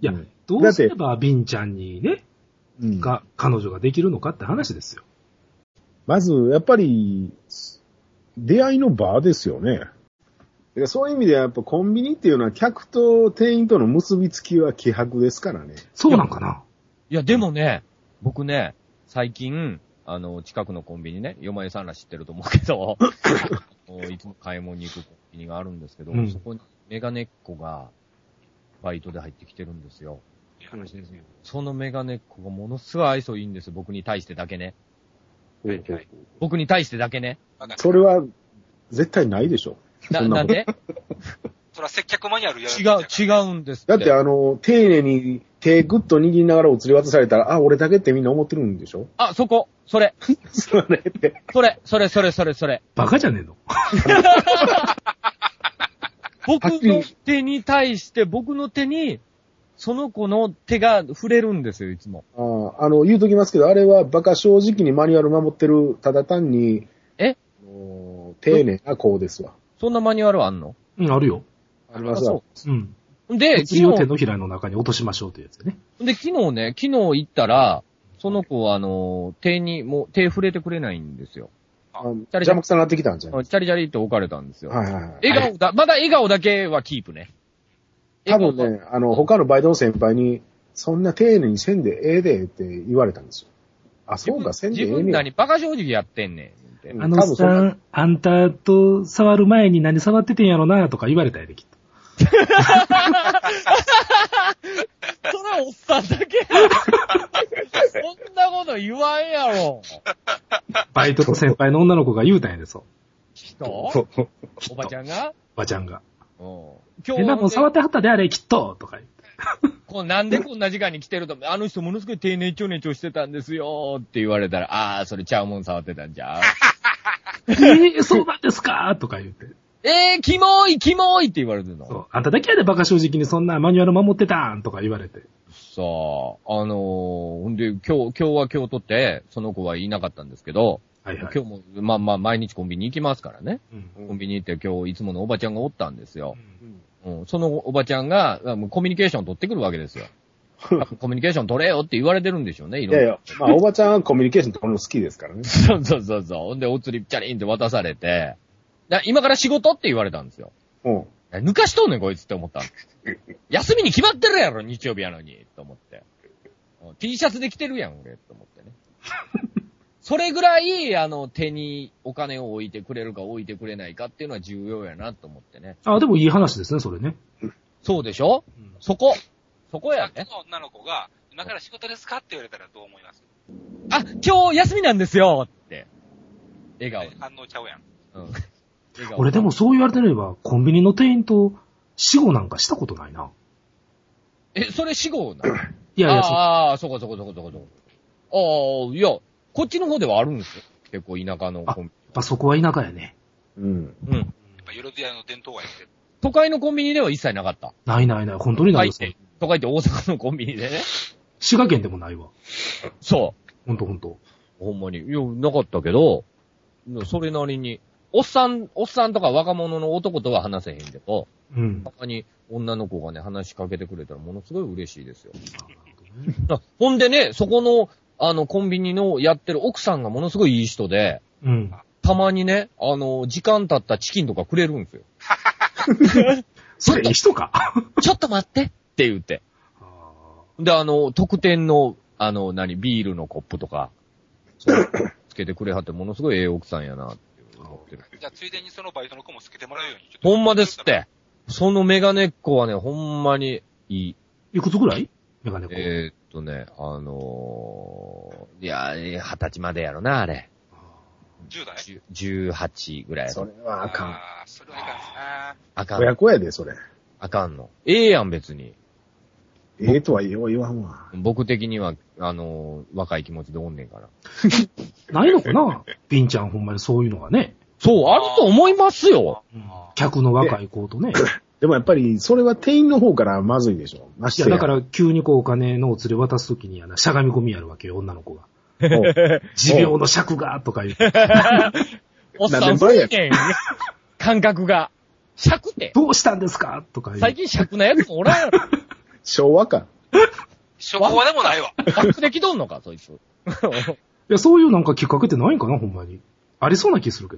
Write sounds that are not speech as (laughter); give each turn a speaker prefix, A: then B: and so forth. A: や
B: うん、
A: どうすればビンちゃんにね、
B: うん
A: が、彼女ができるのかって話ですよ。
B: まず、やっぱり、出会いの場ですよね。だからそういう意味ではやっぱコンビニっていうのは客と店員との結びつきは希薄ですからね。
A: そうなんかない
C: や、でもね、僕ね、最近、あの、近くのコンビニね、よまゆさんら知ってると思うけど、あのいつも買い物に行くコンビニがあるんですけど、
A: うん
C: そこにメガネっ子が、バイトで入ってきてるんですよ。
D: 話ですよ。
C: そのメガネっ子がものすごい愛想いいんですよ、僕に対してだけね。
D: はいはい
C: 僕に対してだけね。
B: それは、絶対ないでしょ。
C: な、
B: そんな
C: な
B: も
C: ん
B: ん
C: で
E: (laughs) そら接客マニュアルや
C: 違う、違うんですって。
B: だってあの、丁寧に手ぐっと握りながらお釣り渡されたら、あ、俺だけってみんな思ってるんでしょ
C: あ、そこ、それ、
B: それって。
C: それ、それ、それ、それ、それ。
A: バカじゃねえの。
C: 僕
B: はっきり
C: の手に対して、僕の手に、その子の手が触れるんですよ、いつも。
B: あーあの、言うときますけど、あれはバカ正直にマニュアル守ってる、ただ単に、
C: え
B: あの丁寧な子ですわ。
C: そんなマニュアルあんの
A: うん、あるよ。
B: ありますわ。
A: うん。
C: で、昨
A: 次を手
C: 日、
A: のひらの中に落としましょうというやつね。
C: で、昨日ね、昨日行ったら、その子は、あの、手に、もう手触れてくれないんですよ。
B: あ
C: 誰じ
B: 邪
C: ゃ
B: 魔くさなってきたんじゃ
C: チ
B: ない
C: ャリチャリって置かれたんですよ。
B: はいはいはい。
C: 笑顔だ、まだ笑顔だけはキープね。
B: 多分ね、あの、他のバイトの先輩に、そんな丁寧にせんでええでって言われたんですよ。あ、
C: 自
B: そう
C: 分
B: か、せんでえ
C: 自
B: え
C: 分
B: ね
C: ら
B: や
C: にバカ正直やってんねん言うて。
A: あ
B: 多
A: の
B: 分そんな
A: さん、あんたと触る前に何触っててんやろなとか言われたやで、きっと。
C: そらおっさん
B: (laughs)
C: だけやそんなこと言わんやろ。
A: (laughs) バイトの先輩の女の子が言うたんやで、そう。
C: 人
B: そう
C: おばちゃんが
A: ばちゃんが。
C: うん
A: え、な
C: 今
A: んか
C: 日
A: 触
C: は
A: ってはったであれ、きっととか言って。
C: こう、なんでこんな時間に来てると、 (laughs) あの人ものすごい丁寧ちょねちょしてたんですよって言われたら、ああ、それちゃうもん触ってたんじゃう。 (laughs)
A: えー、そうなんですかとか言って。
C: えー、キモい、キモいって言われてる
A: そ
C: の。
A: う。あんただけやでバカ正直にそんなマニュアル守ってたんとか言われて。
C: さあ、あのー、ほんで、今日、今日は今日とって、その子はいなかったんですけど、
A: はいはい。
C: 今日も、まあまあ、毎日コンビニ行きますからね。
A: うん
C: コンビニ行って今日いつものおばちゃんがおったんですよ。
A: うん
C: うん、そのおばちゃんが、あもうコミュニケーション取ってくるわけです
A: (laughs)
C: よ。多分コミュニケーション取れよって言われてるんでしょうね、い
B: い
C: ろい
B: やい
C: ろ。
B: や、まあ、おばちゃんはコミュニケーション取るの好きですからね。
C: (laughs) そうそうそうそう。ほんで、お釣りチャリンって渡されて、な今から仕事って言われたんですよ。
B: うん。
C: いや抜かしとんねん、こいつって思ったん
A: (laughs)
C: です。休みに決まってるやろ、日曜日やのに、と思って。うん T シャツで来てるやん、俺、と思って
A: (laughs)
C: ね。それぐらい、あの、手にお金を置いてくれるか置いてくれないかっていうのは重要やなと思ってね。
A: あ、でもいい話ですね、それね。
C: そうでしょ
A: うん
C: そこ。そこやね。
E: の女の子が、今から仕事ですかって言われたらどう思います
C: あ、今日休みなんですよって。笑顔。
E: 反応ちゃうやん。
C: うん。笑顔
A: 俺でも、そう言われてみれば、コンビニの店員と死後なんかしたことないな。
C: え、それ死後なの
A: いやいや、そう
C: ああ、そこそこそこそこそこ。ああ、いや、こっちの方ではあるんですよ。結構田舎のコン
A: やっぱそこは田舎やね。
B: うん。
C: ビニ。うん。
E: やっぱヨルディアの伝統はやってる。
C: 都会のコンビニでは一切なかった。
A: ないないない、本当に
C: 都
A: な
C: 会
A: い
C: っ
A: よ。
C: て、都会って大阪のコンビニで (laughs) ね。
A: 滋賀県でもないわ。
C: そ
A: ほんとほんと。
C: う。ほんまに。いや、なかったけど、それなりに、おっさん、おっさんとか若者の男とは話せへんけど、
A: (laughs) うん。
C: 他に女の子がね、話しかけてくれたらものすごい嬉しいですよ。
A: ね
C: あほんでね、そこの、あの、コンビニのやってる奥さんがものすごいいい人で、
A: うん。
C: たまにね、あの、時間経ったチキンとかくれるんですよ。
A: それ、人か。
C: ちょっと待ってって言って。で、あの、特典の、あの、何、ビールのコップとか、そうつけてくれはって、ものすごいええ奥さんやなって思ってる。
E: じゃあ、ついでにそのバイトの子もつけてもらうように。ちょっと
C: ほんまですっ。て。そのメガネっ子はね、ほんまにいい。
A: いくつぐらいメガネ子。
C: えーっとね、あのー、いや、えー二十歳までやろな、あれ。
E: 10代
C: じゅ18ぐらいや
B: そ
C: ろ
B: れはあかん。
E: あーそれはいかんですな。
C: あかん、
B: 親子やで、それ。
C: あかんの。ええやん、別に。
B: ええとはよう言わんわ。
C: 僕的には、あのー若い気持ちでおんねんから。
A: ないのかなビンちゃんほんまにそういうのがね。
C: そう、あると思いますよ。
A: 客の若い子とね。
B: でもやっぱり、それは店員の方からまずいでしょ。まし
A: いや、
B: てや
A: だから急にこうお金のお釣り渡すときにやな、しゃがみ込みやるわけよ、女の子が。
B: もう
A: 持病の尺がとか言って、
C: おっさ、
B: なんんで倍や
C: ねん感覚が。尺って。
A: どうしたんですかとか言
C: 最
A: って。
C: 近尺なやつもおらんやろ。
B: 昭和か。
E: 初歩はでもないわ。
C: バックできとんのか、そいつ。
A: いや、そういうなんかきっかけってないんかな、ほんまに。ありそうな気するけど。